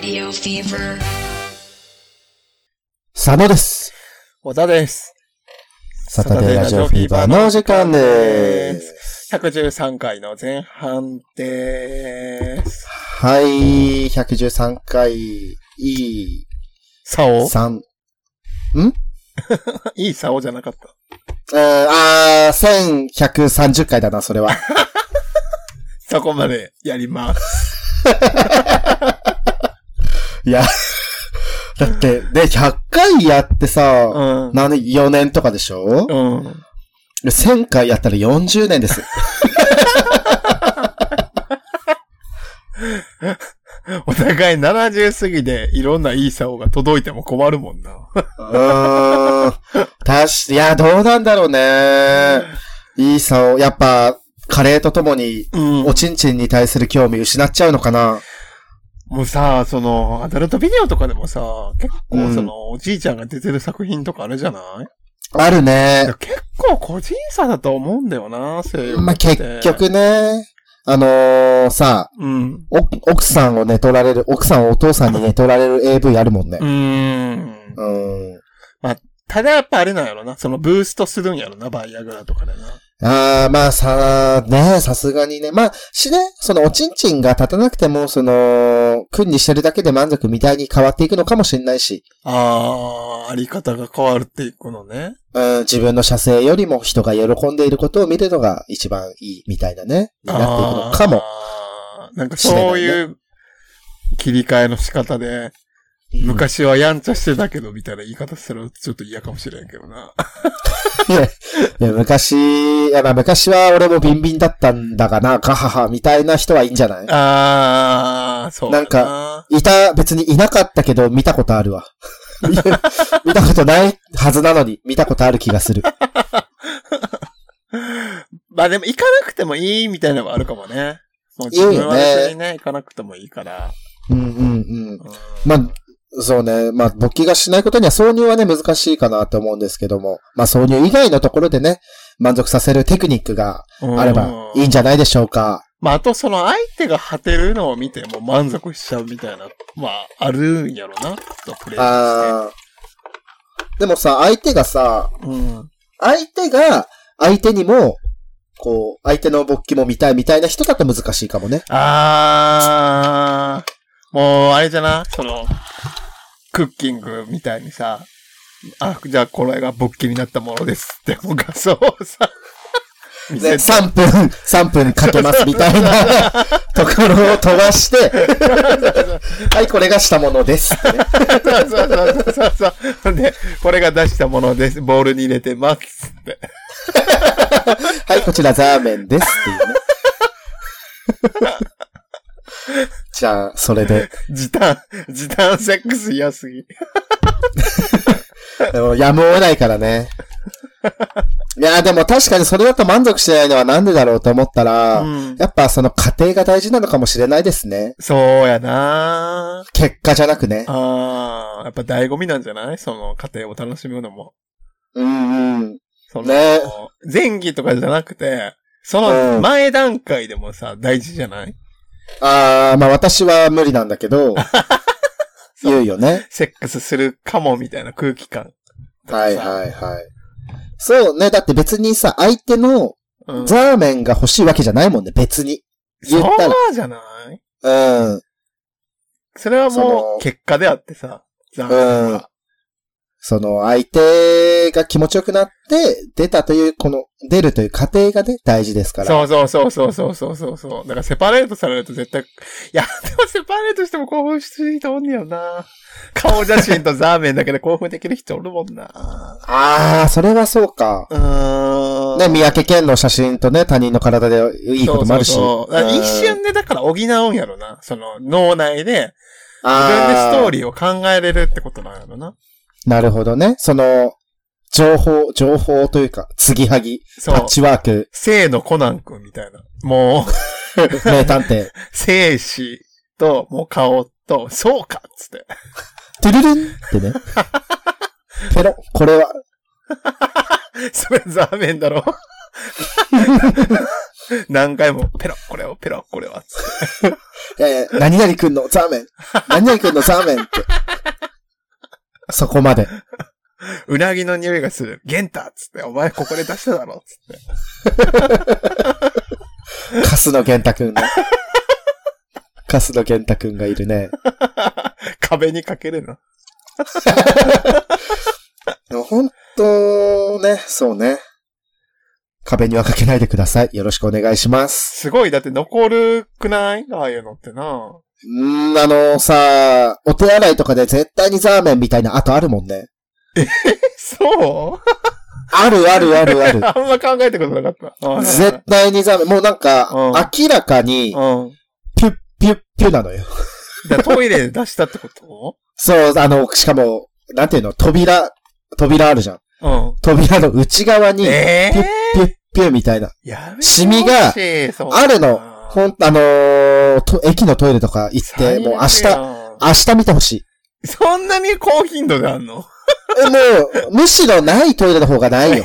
fever. 佐野です。小田です。サタデーラジオフィーバーのお時間です。 113回の前半です。はい、113回、いい、サオ3、いいサオじゃなかった。えー、あー、1130回だな、それは。そこまでやります。 いや、だって、で、100回やってうさ、ん。何、4年とかでしょうん。で ?1000 回やったら40年です。お互い70過ぎでいろんないいサオが届いても困るもんな。 うーん。たし、いや、どうなんだろうね。いいさを、やっぱ、カレーとともに、うんおちんちんに対する興味失っちゃうのかな。もうさ、その、アダルトビデオとかでもさ、結うん構その、おじいちゃんが出てる作品とかあるじゃないあるねいや。結構個人差だと思うんだよな、そういうのまあ、って結。局ね、あのーさ、うん。お奥さんを寝取られる、奥さんをお父さんに寝取られる AV あるもんねう。ーん。うん。ただやっぱあれなんやろな。そのブーストするんやろな、バイアグラとかでな。ああ、まあさ、ねさすがにね。まあ、しね、そのおちんちんが立たなくても、その、君にしてるだけで満足みたいに変わっていくのかもしれないし、あー、あり方が変わるっていくのね。うん、自分の射精よりも人が喜んでいることを見るのが一番いいみたいなね、になっていくのかも。あー。なんかそういう切り替えの仕方で、昔はやんちゃしてたけどみたいな言い方するちょっと嫌かもしれんけどな。い やいや昔、いやまあ昔は俺もビンビンだったんだがな、ガハハみたいな人はいいんじゃないあー、そうだなんかいた、別にいなかったけど見たことあるわ。 いや見たことないはずなのに、見たことある気がする。まあでも行かなくてもいいみたいなのはあるかもね。もう自分は別にね、行かなくてもいいから。うんうんうん。うんまあ、そうね。まあ、勃起がしないことには挿入はね、難しいかなと思うんですけども。まあ、挿入以外のところでね、満足させるテクニックがあればいいんじゃないでしょうか。まあ、あとその相手が果てるのを見てもう満足しちゃうみたいな、まあ、あるんやろな、とプレイして。あーでもさ、相手がさ、うん。相手が、相手にも、こう、相手の勃起も見たいみたいな人だと難しいかもね。あー、もう、あれじゃな、その、クッキングみたいにさ、あ、じゃあこれが勃起になったものですって、もう画像をさ、見せでて3分、3分かけますみたいな ところを飛ばして、 はい、これがしたものですってね。そうそうそうそうそう。で、これが出したものです。ボールに入れてますって。はい、こちらザーメンですっていうね。 じゃあ、それで。時短、時短セックス嫌すぎ。でもやむを得ないからね。いや、でも確かにそれだと満足してないのはなんでだろうと思ったら、うんやっぱその過程が大事なのかもしれないですね。そうやな結果じゃなくね。 ああ、やっぱ醍醐味なんじゃないその過程を楽しむのも。うんうん。その、ね前期とかじゃなくて、そうんの前段階でもさ、大事じゃないあー、まあ私は無理なんだけ ど、言うよね。セックスするかもみたいな空気感。はいはいはい。そうね。だって別にさ、相手のうん、そザーメンが欲しいわけじゃないもんね、別に。言ったら。うじゃないうん。それはそものう結果であってさ、残うん。その、相手が気持ちよくなって、出たという、この、出るという過程がね、大事ですから。そうそうそうそうそうそうそうそう。だからセパレートされると絶対、いや、でもセパレートしても興奮してる人おんねやろな。顔写真とザーメンだけで興奮できる人おるもんな。ああ、それはそうか。うーん。ね、三宅健の写真とね、他人の体でいいこともあるし。そうそうそうだから一うん瞬でだから補うんやろな。その脳内で自分であストーリリーを考えれるってことなんやろな。ー。なるほどね。その、情報、情報というか、継ぎはぎ、そパッう。チワーク、生のコナン君みたいな。もう、 名探偵。生死と、もう顔と、そうかっつって。トゥルルンって ね。ペロ、これは、それザーメンだろ 何回も、ペロ、これを、ペロ、これは、つってえー、何々くんのザーメン。何々くんのザーメンって。そこまで。うなぎの匂いがする。ゲンタっつって、お前ここで出しただろっつって。カスの玄太くんが。カスの玄太くんがいるね。壁にかけるの。でも本当ね、そうね。壁にはかけないでください。よろしくお願いします。すごい、だって残るくないああいうのってな。うーん、あのさ、お手洗いとかで絶対にザーメンみたいな後あるもんね。えそうあるあるある ある。あんま考えたことなかった。あ絶対にザーメン。もうなんかうん、明らかに、うん。ピュッピュッピュなのよ。だからトイレで出したってこそう、あの、しかも、なんていうの、扉、扉あるじゃん。とうん。扉の内側に、えピュッピュッピュみたいな。えやめてシミがほしい、あるのほん、あのーと、駅のトイレとか行って、もう明日、日。明日見てほしい。そんなに高頻度であんの えもう、むしろないトイレの方がないよ。ね、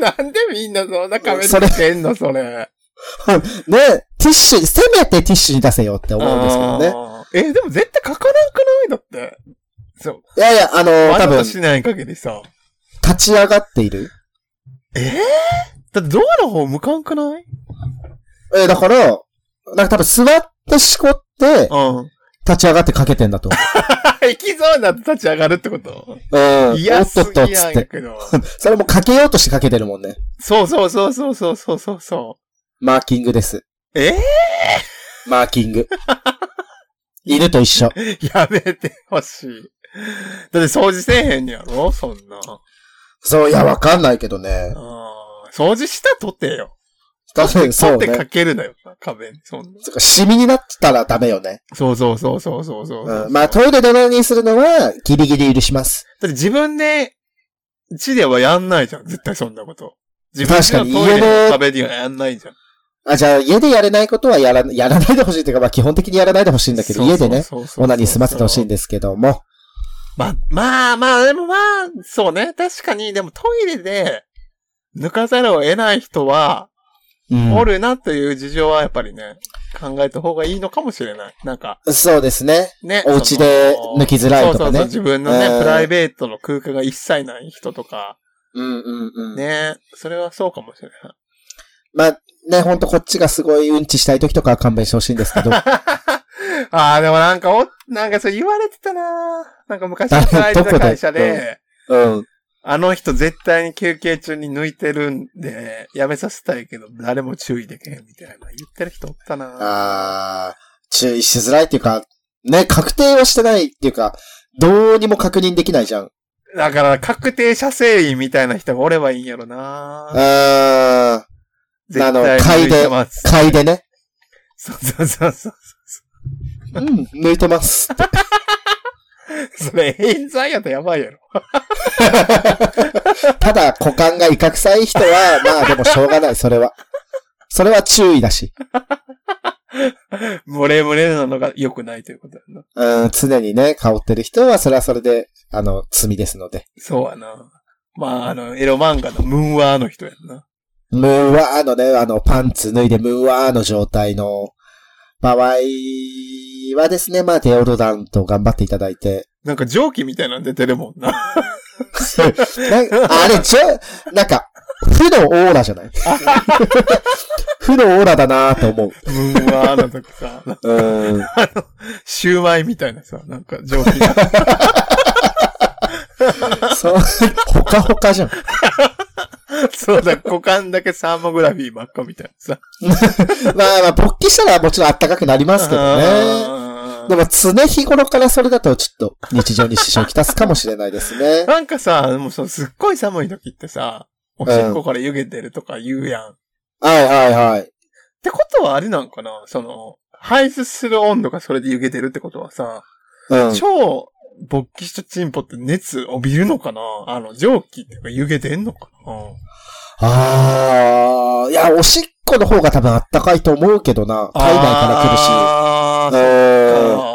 なんでみんなそんな壁にそれしてんのそれ。ティッシュ、せめてティッシュに出せよって思うんですけどね。あー。え、でも絶対書かなくないだって。そう。いやいや、あのーわ多ざ分、と立しない限りさ。ち上がっている。ええだってドアの方向かんくないえーだから、なんか多分座ってしこって、 うん。立ち上がってかけてんだ と思行きそうになって立ち上がるってことう。うん。いや、おっとすっぎと、つやっんやて。けど。それもかけようとしてかけてるもんね。そうそうそうそうそうそうそうそマーキングです。う。えマーキング。 犬と一緒。やめてほしい。だって掃除せえへんやろそんな。そう、いや、わかんないけどね。うん掃除したとてよ。多分そ取うってかね。けるなよ、壁に。そんな。つうかシミになったらダメよね。そうそうそうそうそうそうそう、うん。まあ、トイレで何にするのは、ギリギリ許します。だって自分で、地ではやんないじゃん。絶対そんなこと。自確か分にのトイレ家のの壁にはやんないじゃん。あ、じゃあ、家でやれないことはやら、やらないでほしいというか、まあ、基本的にやらないでほしいんだけど、そう家そうでね、そうそうそうオナに済ませてほしいんですけども。まあ、まあまあ、でもまあ、そうね。確かに、でもトイレで、抜かざるを得ない人は、うんおるなという事情はやっぱりね、考えた方がいいのかもしれない。なんか、そうですね。ね。お家そので抜きづらいとかねそうそうそう、自分のね、うんプライベートの空間が一切ない人とか、うんうんうん。ね。それはそうかもしれない。 まあ、ね、ほんとこっちがすごいうんちしたい時とかは勘弁してほしいんですけど。ああ、でもなんかお、なんかそう言われてたななんか昔働いてた会 社どこでで、 うん。あの人絶対に休憩中に抜いてるんで、やめさせたいけど、誰も注意できへんみたいな言ってる人おったなあー、注意しづらいっていうか、ね、確定はしてないっていうか、どうにも確認できないじゃん。だから、確定射精員みたいな人がおればいいんやろなあー、あ絶の、対嗅い抜いてで、ます。嗅いでね。そうそうそうそう。うん、抜いてます。それ、冤罪やとやばいやろ。ただ、股間が威嚇臭い人は、まあでもしょうがない、それは。それは注意だし。漏れ漏れなのが良くないということやな。うん、常にね、香ってる人は、それはそれで、あの、罪ですので。そうやな。まあ、あの、エロ漫画のムーンワーの人やんな。ムーワーのね、あの、パンツ脱いでムーワーの状態の場合はですね、まあ、デオロダント頑張っていただいて。なんか蒸気みたいなの出てるもんな。な あれ、ちょ、なんか、負のオーラじゃ ない負のオーラだなぁと思う。ムーンワーの時さ、うん。シューマイみたいなさ、なんか蒸気が。そう、ほかほかじゃん。そうだ、股間だけサーモグラフィー真っ赤みたいなさ。まあまあ、勃起したらもちろん暖かくなりますけどね。あーでも常日頃からそれだとちょっと日常に支障をきたすかもしれないです ね。なんかさ、もうそうすっごい寒い時ってさ、おしっこから湯気出るとか言うやん。っはいはいはい。てことはあれなんかなその、排出する温度がそれで湯気出るってことはさ、うん。超勃起したチンポって熱帯びるのかなあの、蒸気っていうか湯気出んのかなああ、いや、おしっこの方が多分あったかいと思うけどな。体内かあら来ーるし。うんあ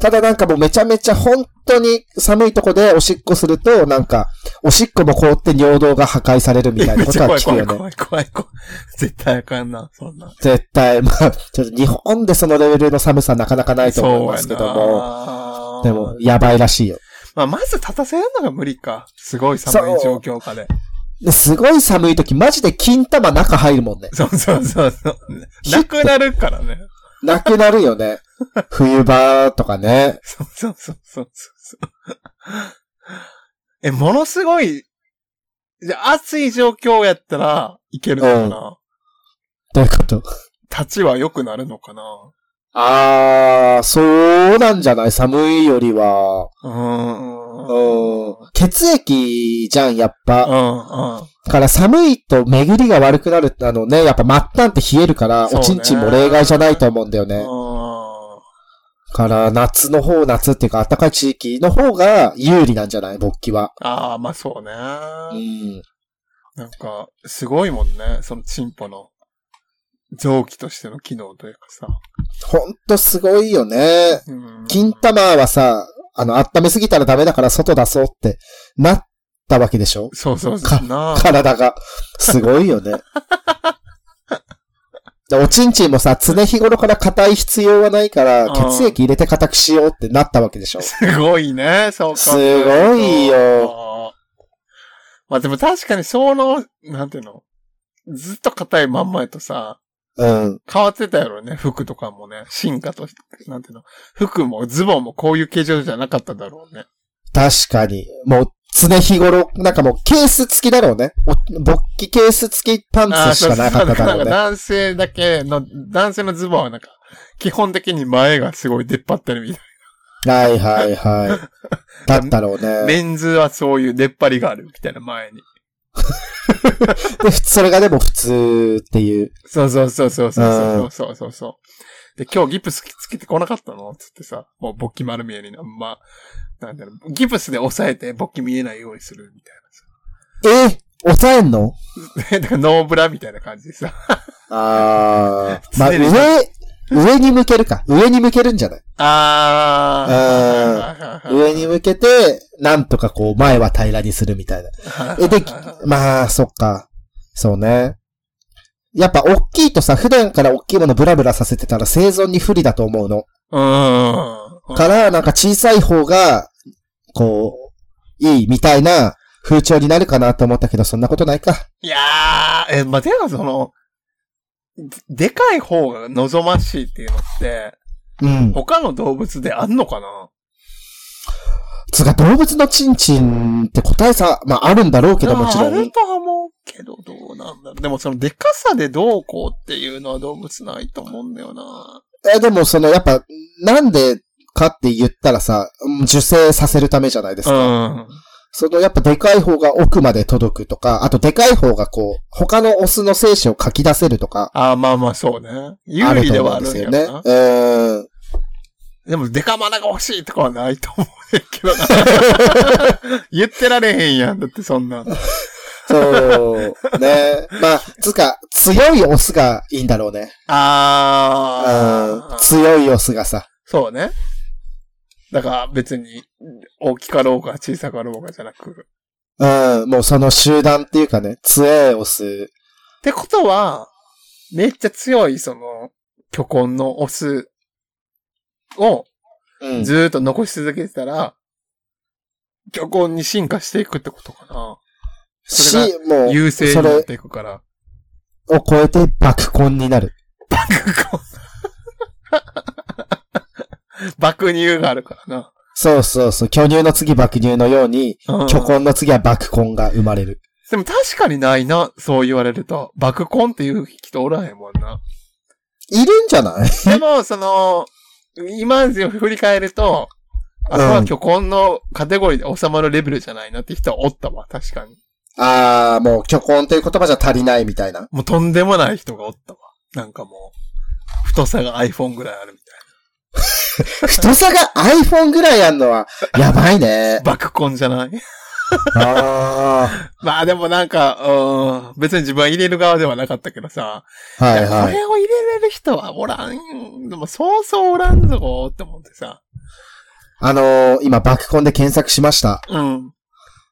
ただなんかもうめちゃめちゃ本当に寒いとこでおしっこすると、なんかおしっこも凍って尿道が破壊されるみたいな めっこちとゃは怖い聞くよね。怖い怖い怖い怖い。絶対あかんな、そんな。絶対、まあ、ちょっと日本でそのレベルの寒さなかなかないと思いますけども、もでも、、やばいらしいよ。まあ、まず立たせるのが無理か。すごい寒い状況下で。ですごい寒い時、マジで金玉中入るもんね。そうそうそうそう。なくなるからね。なくなるよ ね。冬場とかね。そうそうそうそうそうそう。え、ものすごい、じゃあ暑い状況やったらいけるのかな、どういうこと立ちは良くなるのかなあー、そうなんじゃない寒いよりは。ううんーん。。血液じゃん、やっぱ。うん、うん。だから寒いと巡りが悪くなるあのね、やっぱ末端って冷えるから、そうおねちんちんも例外じゃないと思うんだよね。あから、夏の方、夏っていうか暖かい地域の方が有利なんじゃない勃起は。あー、まあそうね。うん。なんか、すごいもんね。そのチンポの臓器としての機能というかさ。ほんとすごいよね。うん金玉はさ、あの、温めすぎたらダメだから外出そうってなったわけでしょそうそうそかう。なあ体が。すごいよね。でおちんちんもさ、常日頃から硬い必要はないから、うん血液入れて硬くしようってなったわけでしょすごいね、そうか。すごいよ。まあでも確かにその、なんていうの、ずっと硬いまんまやとさ、うん。変わってたやろね、服とかもね。進化として、なんていうの、服もズボンもこういう形状じゃなかっただろうね。確かに。もう、常日頃、なんかもうケース付きだろうね。お勃起ケース付きパンツしかなかっただなんろかうね。男性だけの、男性のズボンはなんか、基本的に前がすごい出っ張ってるみたいはいはい はい。だったろうな。ね。メンズはそういう出っ張りがあるみたいな前に。で、それがでも普通っていう。そうそうそうそうそうそうそうそうそう。で、今日ギプスつけてこなかったのつってさ、もう勃起丸見えにな、まあ、なんだろう、ギプスで押さえて勃起見えないようにするみたいえ抑えんのな さ。だからノーブラみたいな感じでさ。あー。まあ、常に上、上に向けるか。上に向けるんじゃないあー。上に向けて、なんとかこう、前は平らにするみたいな。え、で、まあ、そっか。そうね。やっぱ、大きいとさ、普段から大きいものブラブラさせてたら生存に不利だと思うの。うん。から、なんか小さい方が、こう、いいみたいな風潮になるかなと思ったけど、そんなことないか。いやー、え、まあ、てかその、ででかい方が望ましいっていうのって、うん。他の動物であんのかなつうか、動物のチンチンって個体差、まあ、あるんだろうけど、もちろあん。るとは思うけど、どうなんだろう。でもそのデカさでどうこうっていうのは動物ないと思うんだよな。え、でもその、やっぱ、なんでかって言ったらさ、うん受精させるためじゃないですか。ん。その、やっぱでかい方が奥まで届くとか、あとでかい方がこう、他のオスの精子を書き出せるとか、あまあまあそうね。有ある利でと思はあうんでるんすやよろね。な。うん。でもデカマナが欲しいとかはないと思うねんけどな。言ってられへんやん。だってそんな。そう。 ね。まあ、つうか、強いオスがいいんだろうね。うあん。ー。強いオスがさ。そうね。だから別に大きかろうが小さかろうがじゃなく。うん。もうその集団っていうかね、強いオス。ってことは、めっちゃ強い、その、巨根のオスをうん。ずーっと残し続けてたら、巨根に進化していくってことかそれし、もな。う、優勢にそなっれていくから。を超えて爆婚になる。爆乳があるからな。そうそうそう。巨乳の次爆乳のように、うん巨根の次は爆根が生まれる。でも確かにないな、そう言われると。爆根っていう人おらへんもんな。いるんじゃないでも、その、今を振り返ると、あとうはん巨根のカテゴリーで収まるレベルじゃないなって人はおったわ、確かに。あー、もう巨根という言葉じゃ足りないみたいな。もうとんでもない人がおったわ。なんかもう、太さが iPhone ぐらいあるみたい太さが iPhone ぐらいあんのは、やばいね な。。爆コンじゃない あまあでもなんか、うーん、別に自分は入れる側ではなかったけどさ、ー。はいやはこい。れを入れれる人はおらん、でもそうそうおらんぞって思ってさ、あのー、今爆根で検索しました。うん。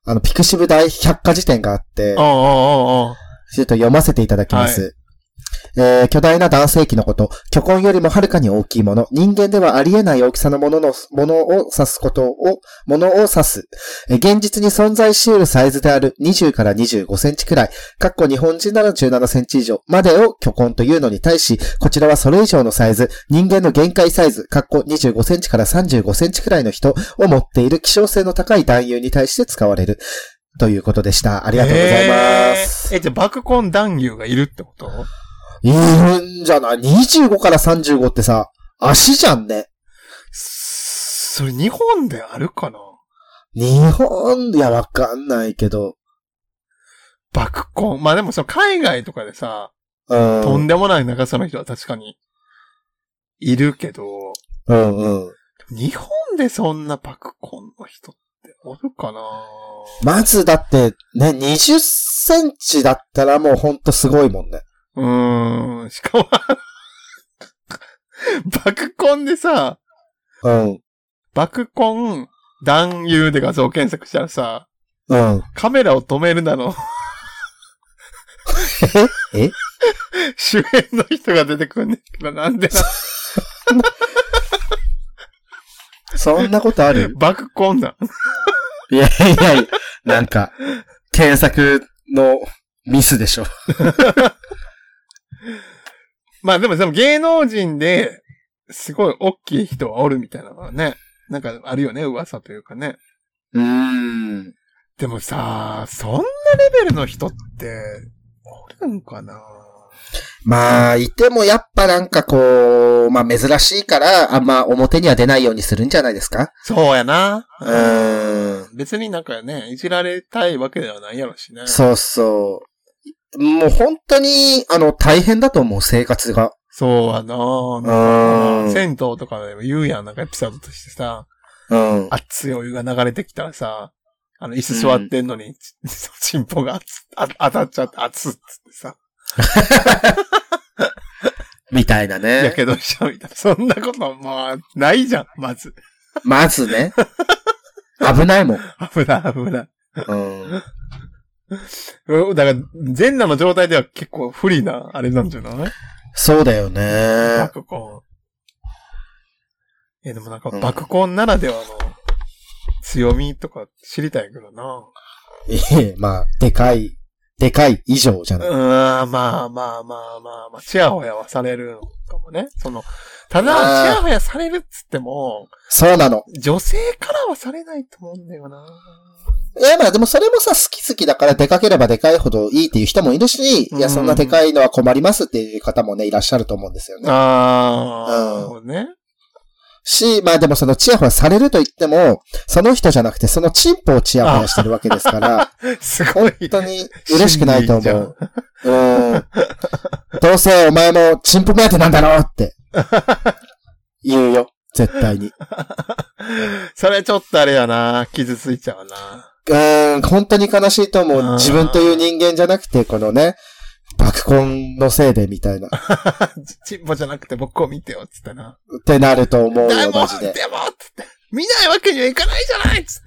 あの、ピクシブ大百科事典があって、おうおうおうおうちょっと読ませていただきます。えー巨大な男性器のこと、巨根よりもはるかに大きいもの、人間ではありえない大きさのものの、ものを指すことを、ものを指す。えー現実に存在し得るサイズである20から25センチくらい、かっこ日本人なら17センチ以上までを巨根というのに対し、こちらはそれ以上のサイズ、人間の限界サイズ、かっこ25センチから35センチくらいの人を持っている希少性の高い男優に対して使われる。ということでした。ありがとうございます。えーえ、じゃあ、爆コン男優がいるってこといるんじゃない ?25 から35ってさ、足じゃんね。それ、日本であるかな日本、いや、わかんないけど。爆コン。まあでも、その海外とかでさ、うとんん。でもない長さの人は確かに、いるけど、うんうん。日本でそんな爆コンの人っておるかなまずだって、ね、20センチだったらもうほんとすごいもんね。うーん、しかも、爆コンでさ、うん。爆コン男優で画像検索したらさ、うん。。カメラを止めるなのえ主演の人が出てくんねんけど、なんでな、そんなことあ る爆コンなん。いやいやいや、なんか、検索のミスでしょ。まあでも、でも芸能人で、すごい大きい人はおるみたいなのはね、なんかあるよね、噂というかね。うーん。でもさ、そんなレベルの人って、おるんかなまあ、いてもやっぱなんかこう、まあ珍しいから、あんま表には出ないようにするんじゃないですかそうやな。うーん。別になんかね、いじられたいわけではないやろしね。そうそう。もう本当に、あの、大変だと思う、生活が。そうやな。うん。銭湯とかでも言うやん、なんかエピソードとしてさ、うん。熱いお湯が流れてきたらさ、あの、椅子座ってんのに、 ちチンポが熱あ当たっちゃって熱っつってさ、みたいなやね。けどしちゃうみたいな。そんなこと、まあ、ないじゃん、まず。まず ね。危ないもん。危ない、危ない。うん。うんだから、全裸の状態では結構不利な、あれなんじゃないそうだよね。爆コン。え、でもなんか、爆コンならではの強みとか知りたいけどな。いえまあ、でかい、でかい以上じゃうない。ーん、まあまあまあまあまあ、チヤホヤはされるのかもね。その、たあーだ、チヤホヤされるっつっても、そうなの。女性からはされないと思うんだよな。いや、まあでもそれもさ、好き好きだからでかければでかいほどいいっていう人もいるし、いや、そんなでかいのは困りますっていう方もね、いらっしゃると思うんですよね。あうー、んなるほどね。し、まあでもそのチヤホヤされると言っても、その人じゃなくてそのチンポをチヤホヤしてるわけです から、 すご本い。当に嬉しくないと真思う。うん。どうせお前もチンポ目当てなんだろうって。言うよ。絶対に。それちょっとあれやな。傷ついちゃうな。 うん、本当に悲しいと思あーう。自分という人間じゃなくて、このね、爆コンのせいでみたいな。っチンポじゃなくて僕を見てよ、つってな。てなると思うでよ、も、マジで。でも、つって。見ないわけにはいかないじゃないつ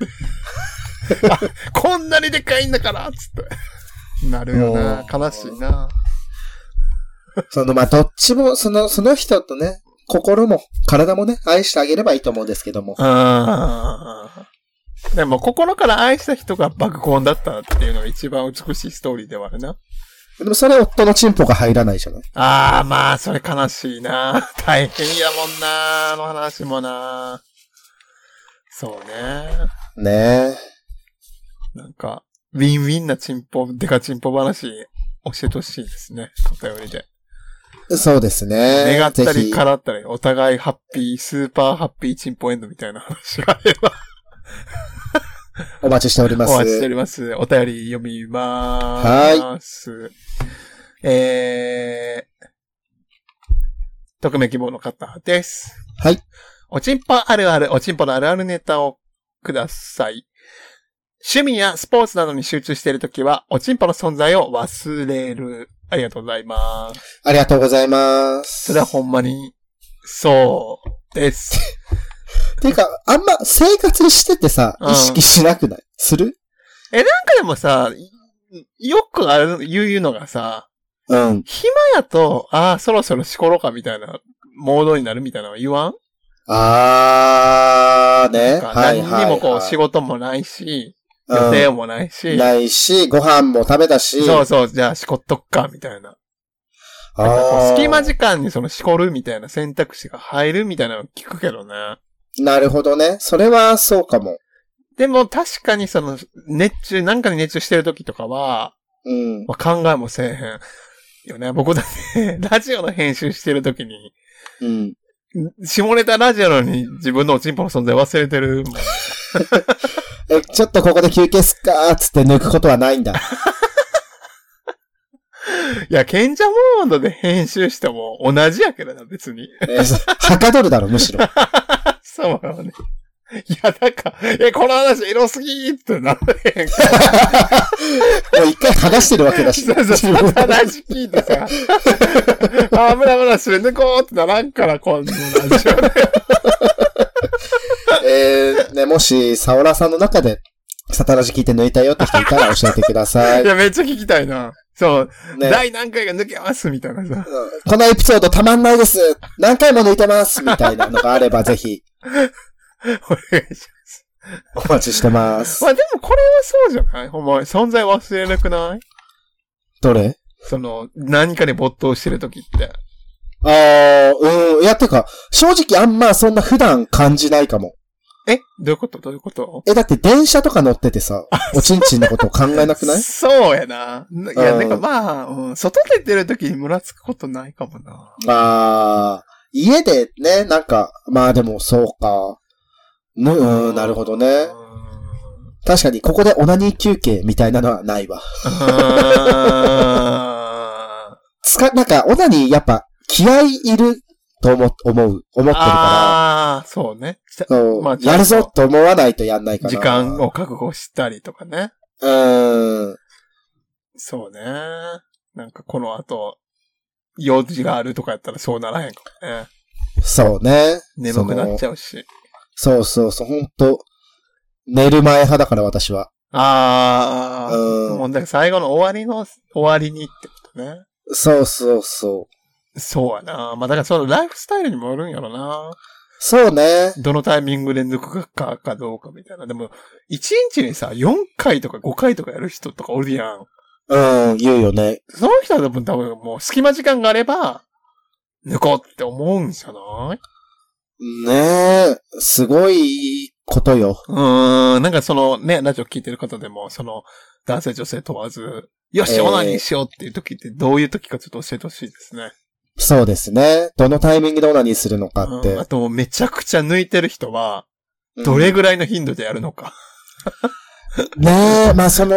って。 あこんなにでかいんだからつって。なるよな。うん悲しいな。その、まあ、どっちも、その、その人とね、心も、体もね、愛してあげればいいと思うんですけども。うん。でも、心から愛した人が爆コンだったっていうのが一番美しいストーリーではあるな。でもそれ夫のチンポが入らないじゃないああ、まあ、それ悲しいな。 大変やもんな。あの話もな。そうね。ねなんか、ウィンウィンなチンポ、デカチンポ話、教えてほしいですね。お便りで。え。そうですね。願ったぜりひ叶ったり、お互いハッピー、スーパーハッピーチンポエンドみたいな話があれば、お待ちしておりまお待ちしておす。り ます。お便り読みます。はい。えー、匿名希望の方です。はい。おちんぽあるある、おちんぽのあるあるネタをください。趣味やスポーツなどに集中しているときは、おちんぽの存在を忘れる。ありがとうございます。ありがとうございます。それはほんまに、そうです。ていうか、あんま生活しててさ、うん意識しなくないするえ、なんかでもさ、いよくある、言う言うのがさ、うん。暇やと、ああ、そろそろしころかみたいな、モードになるみたいなの言わんあーね。なんかはいはい、はい。何にもこう、仕事もないし、うん予定もないし、ないし、ご飯も食べたし。そうそう、じゃあしこっとくか、みたいな。あなんかこうー隙間時間にそのしこるみたいな選択肢が入るみたいなの聞くけどね。なるほどね。それはそうかも。でも確かにその、熱中、なんかに熱中してる時とかは、うん。まあ、考えもせえへん。よね、 僕だって、ラジオの編集してる時に、うん。下ネタラジオのに自分のおちんぽの存在忘れてるもん。え、ちょっとここで休憩すっかーっつって抜くことはないんだ。いや、賢者モードで編集しても同じやけどな、別に。 えー はかどるだろ、むしろ。そうなのね。いや、なんか、え、この話エロすぎーってなれへんかもう一回話してるわけ だし。ら。そうそう、ただ話聞いてさ、あ、ムラムラするねこうってならんから、こんなラジオ で。えー、ね、もし、サオラさんの中で、サタラジ聞いて抜いたよって人いたら教えてください。いね、や、めっちゃ聞きたいな。そう、第何回が抜けますみたいな さ。うんこのエピソードたまんないです何回も抜いてますみたいなのがあれば、ぜひ、お願いしお待ちしてまますす。。まあでもこれはそうじゃないほんま、存在忘れなくないどれその、何かに没頭してる時って。あー、うん。いや、てか、正直あんまそんな普段感じないかも。えどういうことどういうことえ、だって電車とか乗ってて さ、おちんちんのことを考えなくないそうやな。ないや、うんなんかまあ、うん、外出てる時にムラつくことないかもな。ああ、家でね、なんか、まあでもそうか。ぬうん、なるほどね。確かに、ここでオナニー休憩みたいなのはないわ。あつか、なんか、オナニーやっぱ、気合いいると思、思う、思ってるかあー、そうね。じゃら、そう、まあちゃんとやるぞと思わないとやんないから。時間。を確保したりとかね。うーん。そうね。なんかこの後、用事があるとかやったらそうならへんかもね。そうね。眠くなっゃちゃうし。そうそうそう、ほんと、寝る前派だから私は。ああ、うんもうだから最後の終わりの、終わりにってことね。そうそうそう。そうやな。まあだからそのライフスタイルにもよるんやろな。そうね。どのタイミングで抜くかかどうかみたいな。でも、1日にさ、4回とか5回とかやる人とかおるやん。うん、言うよね。その人は多分多分もう隙間時間があれば、抜こうって思うんじゃないねえ、すごいことよ。うーん、なんかそのね、ラジオ聞いてる方でも、その、男性女性問わず、よえし、ーオナニーしようっていう時ってどういう時かちょっと教えてほしいですね。そうですね。どのタイミングでオナニーするのかっうんあて。と、めちゃくちゃ抜いてる人は、どれうんぐらいの頻度でやるのか。ねえ、まあその、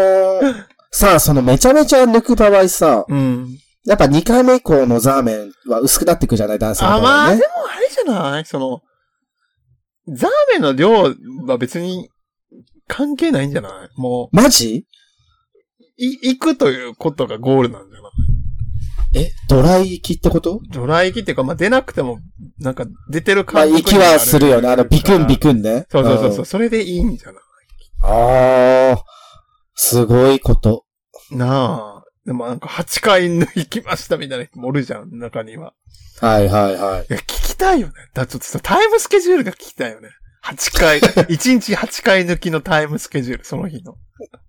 さあ、そのめちゃめちゃ抜く場合さ、うん。やっぱ2回目以降のザーメンは薄くなってくじゃない、男性のあ、方まあ、はでねも。あれじゃないその、ザーメンの量は別に関係ないんじゃないもマジう、い、行くということがゴールなんじゃないえ、ドライ行きってことドラ行きっていうか、まあ、出なくても、なんか、出てるまあ、感じ。息はするよね。あの、ビクンビククンね。そうそうそうそう、んそれでいいんじゃないああ、すごいこと。なあ。でもなんか、8回抜きましたみたいな人もおるじゃん、中には。はいはいはい。いや、聞きたいよね。だ、ちょっとさ、タイムスケジュールが聞きたいよね。8回、1日8回抜きのタイムスケジュール、その日の。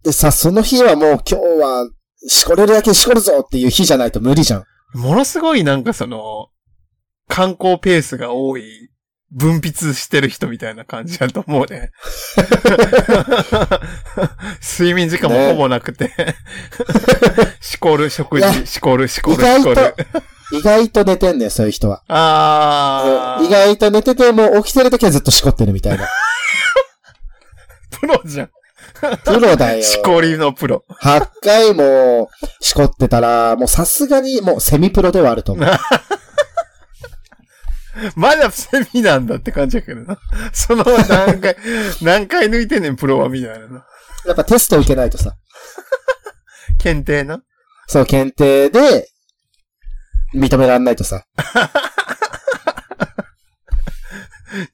でさ、その日はもう今日は、しこれるだけしこるぞっていう日じゃないと無理じゃん。ものすごいなんかその、観光ペースが多い、分泌してる人みたいな感じだと思う ね。睡眠時間もほぼなくて、しこる、食い事、やしこる、しこ意る、し外ことる。、意外と寝てんねん、そういう人は。あー。意外と寝てて、もう起きてる時はずっとしこってるみたいな。プロじゃん。プロ だよ。しこりのプロ。 8回もしこってたら、もうさすがにもうセミプロではあると思 う。まだセミなんだって感じやけどな。その 何回、何回抜いてんねん、プロは、みたいなな。やっぱテスト受けないとさ。検定な。そう、検定で、認めらんないとさ。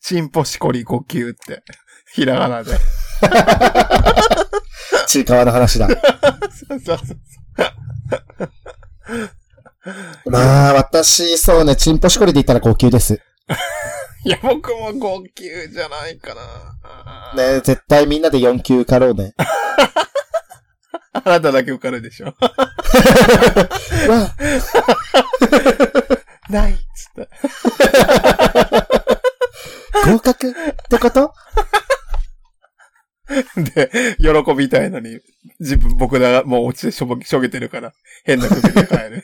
チンポしこり5級って。ひらがなで。ちいかわの 話だ。そうそうそう。まあ、私、そうね、チンポしこりで言ったら高級です。いや、僕も高級じゃないかな。ね絶対みんなで4級受かろう ね。あなただけ受かるでしょ。 わあないっつって。 合格ってことで、喜びたいのに、自分、僕らがもう落ちてしょぼ、しょげてるから、変な首で帰る。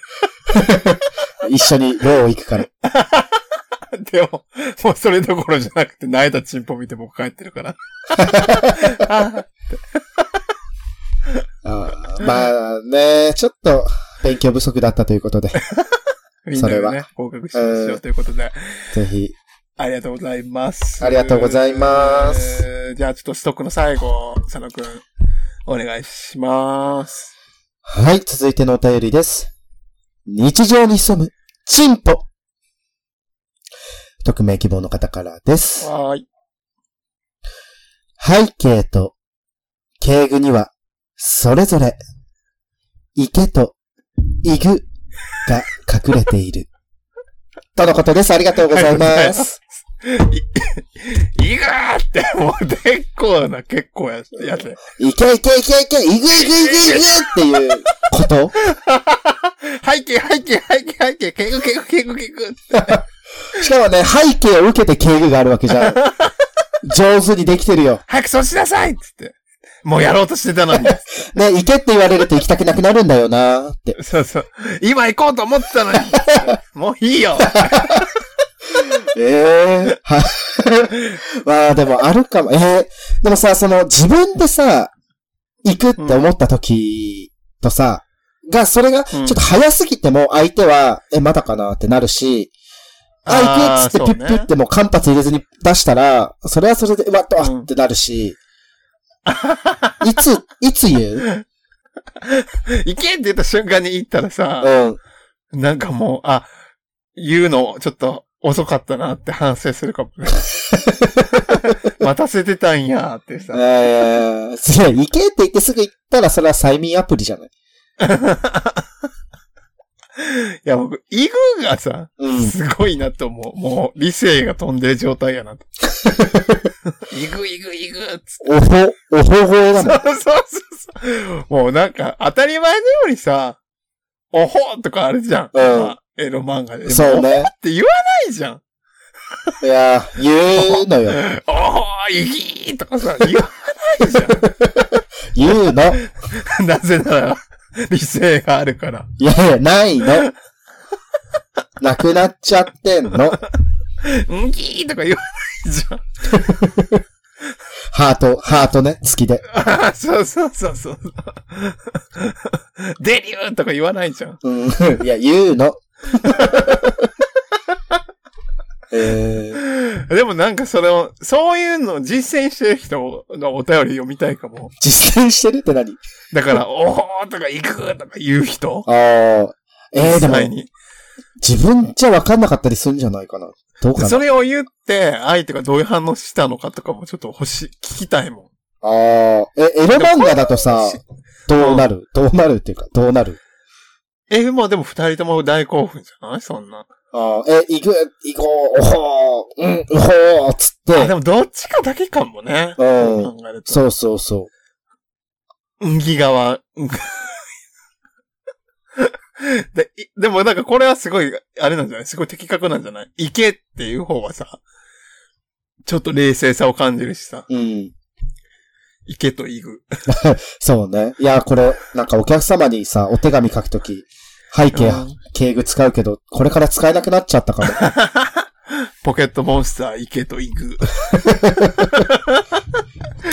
一緒に寮行くから。でも、もうそれどころじゃなくて、泣いたチンポ見て僕帰ってるから。ああーまあね、ちょっと勉強不足だったということで、みんなそれでねは、合格しましょうということで、ぜひ。ありがとうございます。ありがとうございますえー。じゃあちょっとストックの最後、佐野くん、お願いします。はい、続いてのお便りです。日常に潜む、チンポ。匿名希望の方からです。はーい。背景と敬具には、それぞれ、池とイグが隠れている。とのことです。ありがとうございます。いいかーって、もう、でっこうな、結構や、やつ。いけいけいけいけ、イグイグイグイグっていうこと 背景、背景、背景、背景、けぐけぐけぐけぐって。しかもね、背景を受けて敬具があるわけじゃん。上手にできてるよ。早くそうしなさいっつって。もうやろうとして たのに。ね、行けって言われると行きたくなくなるんだよなーって。そうそう。今行こうと思ってたのに。 もういいよ。ええはまあでもあるかも。ええでもさ、その自分でさ、行くって思った時とさ、が、それがちょっと早すぎても相手は、え、まだかなってなるし、あ、行くっつってピッピッってもう間髪入れずに出したら、それはそれで、うわっとうんってなるし、いつ、いつ言う行けって言った瞬間に行ったらさ、うん。なんかもう、あ、言うの、ちょっと遅かったなって反省するかも ね。待たせてたんやってさ。ええすげえ、行けって言ってすぐ行ったら、それは催眠アプリじゃないいや、僕、イグーがさ、うんすごいなと思う。もう、理性が飛んでる状態 やなと。イグイグイグーっつって。おほ、おほほだもん。そうそうそう。もうなんか、当たり前のようにさ、おほーとかあるじゃん。うんエロ漫画で。そうおほっね。て言わないじゃん。いやー、言うのよ。おほー、イギーとかさ、言わないじ言うの。ゃん。 なぜなら、理性があるから。いやいや、ないの。なくなっちゃってんの。んぎーとか言わないじゃん。ハート、ハートね、好きで。あーそうそうそうそう。デリューとか言わないじゃん。うん、いや、言うの。えー、でもなんかそれを、そういうのを実践してる人のお便り読みたいかも。実践してるって何だ から、おほーとか行くとか言う人あー。えー、で実際も、に。自分じゃ分かんなかったりするんじゃないかな。どうかそな。れを言って、相手がどういう反応したのかとかもちょっと欲しい、聞きたいもあー。え、エロ漫画だとん。さし、どうなるどうなるっていうか、どうなるえ、もうでも二人とも大興奮じゃないそんな。あーえ、行く、行こう、おほー、うん、うほー、つって。あ、でもどっちかだけかもね。うん考えると。そうそうそう。うんぎ側。 うんでいでもなんかこれはすごい、あれなんじゃないすごい的確なんじゃない行けっていう方はさ、ちょっと冷静さを感じるしさ、うん。行けと行く。そうね。いや、これ、なんかお客様にさ、お手紙書くとき、背景、敬具使うけど、これから使えなくなっちゃった から。ポケットモンスター行けと行く。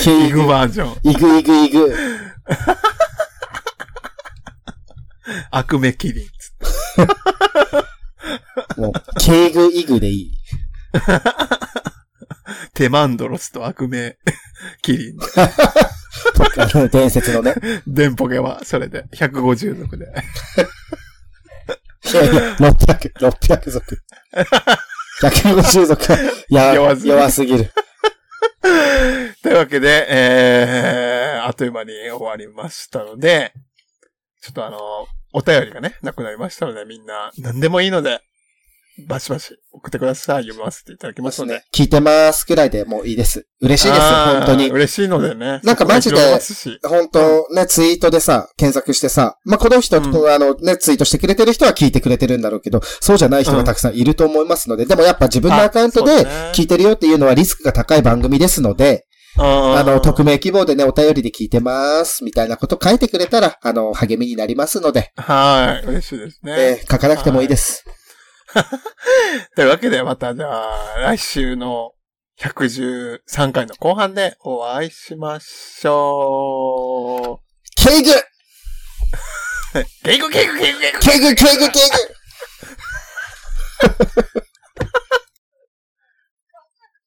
敬行具く、バージョン。いぐいぐいぐ。悪目キリン。もう、敬具いぐでいい。テマンドロスと悪名、 キリン。とあの伝説のね。デンポケは、それで、150族で。 いやいや、600、600族。150族は、いや、 弱弱すすぎぎるる。というわけで、えー、あっという間に終わりましたので、ちょっとあの、お便りがね、なくなりましたので、みんな、何でもいいので、バシバシ送ってください。読ませていただきますので。聞いてますくらいでもういいです。嬉しいですよ、あー本当に。嬉しいのでね。なんかマジでそこが広がりますし本当ね、ツイートでさ、検索してさ、まあ、この人、うんあのね、ツイートしてくれてる人は聞いてくれてるんだろうけど、そうじゃない人がたくさんいると思いますので、でもやっぱ自分のアカウントあそうでだね聞いてるよっていうのはリスクが高い番組ですので、ああの、特匿名希望でね、お便りで聞いてます、みたいなこと書いてくれたら、あの、励みになりますので、はい。嬉しいですね。えー書かなくてもいいです。というわけで、またじゃあ、来週の113回の後半でお会いしましょう。敬具ケイクケイクケイクケイク敬具敬具敬具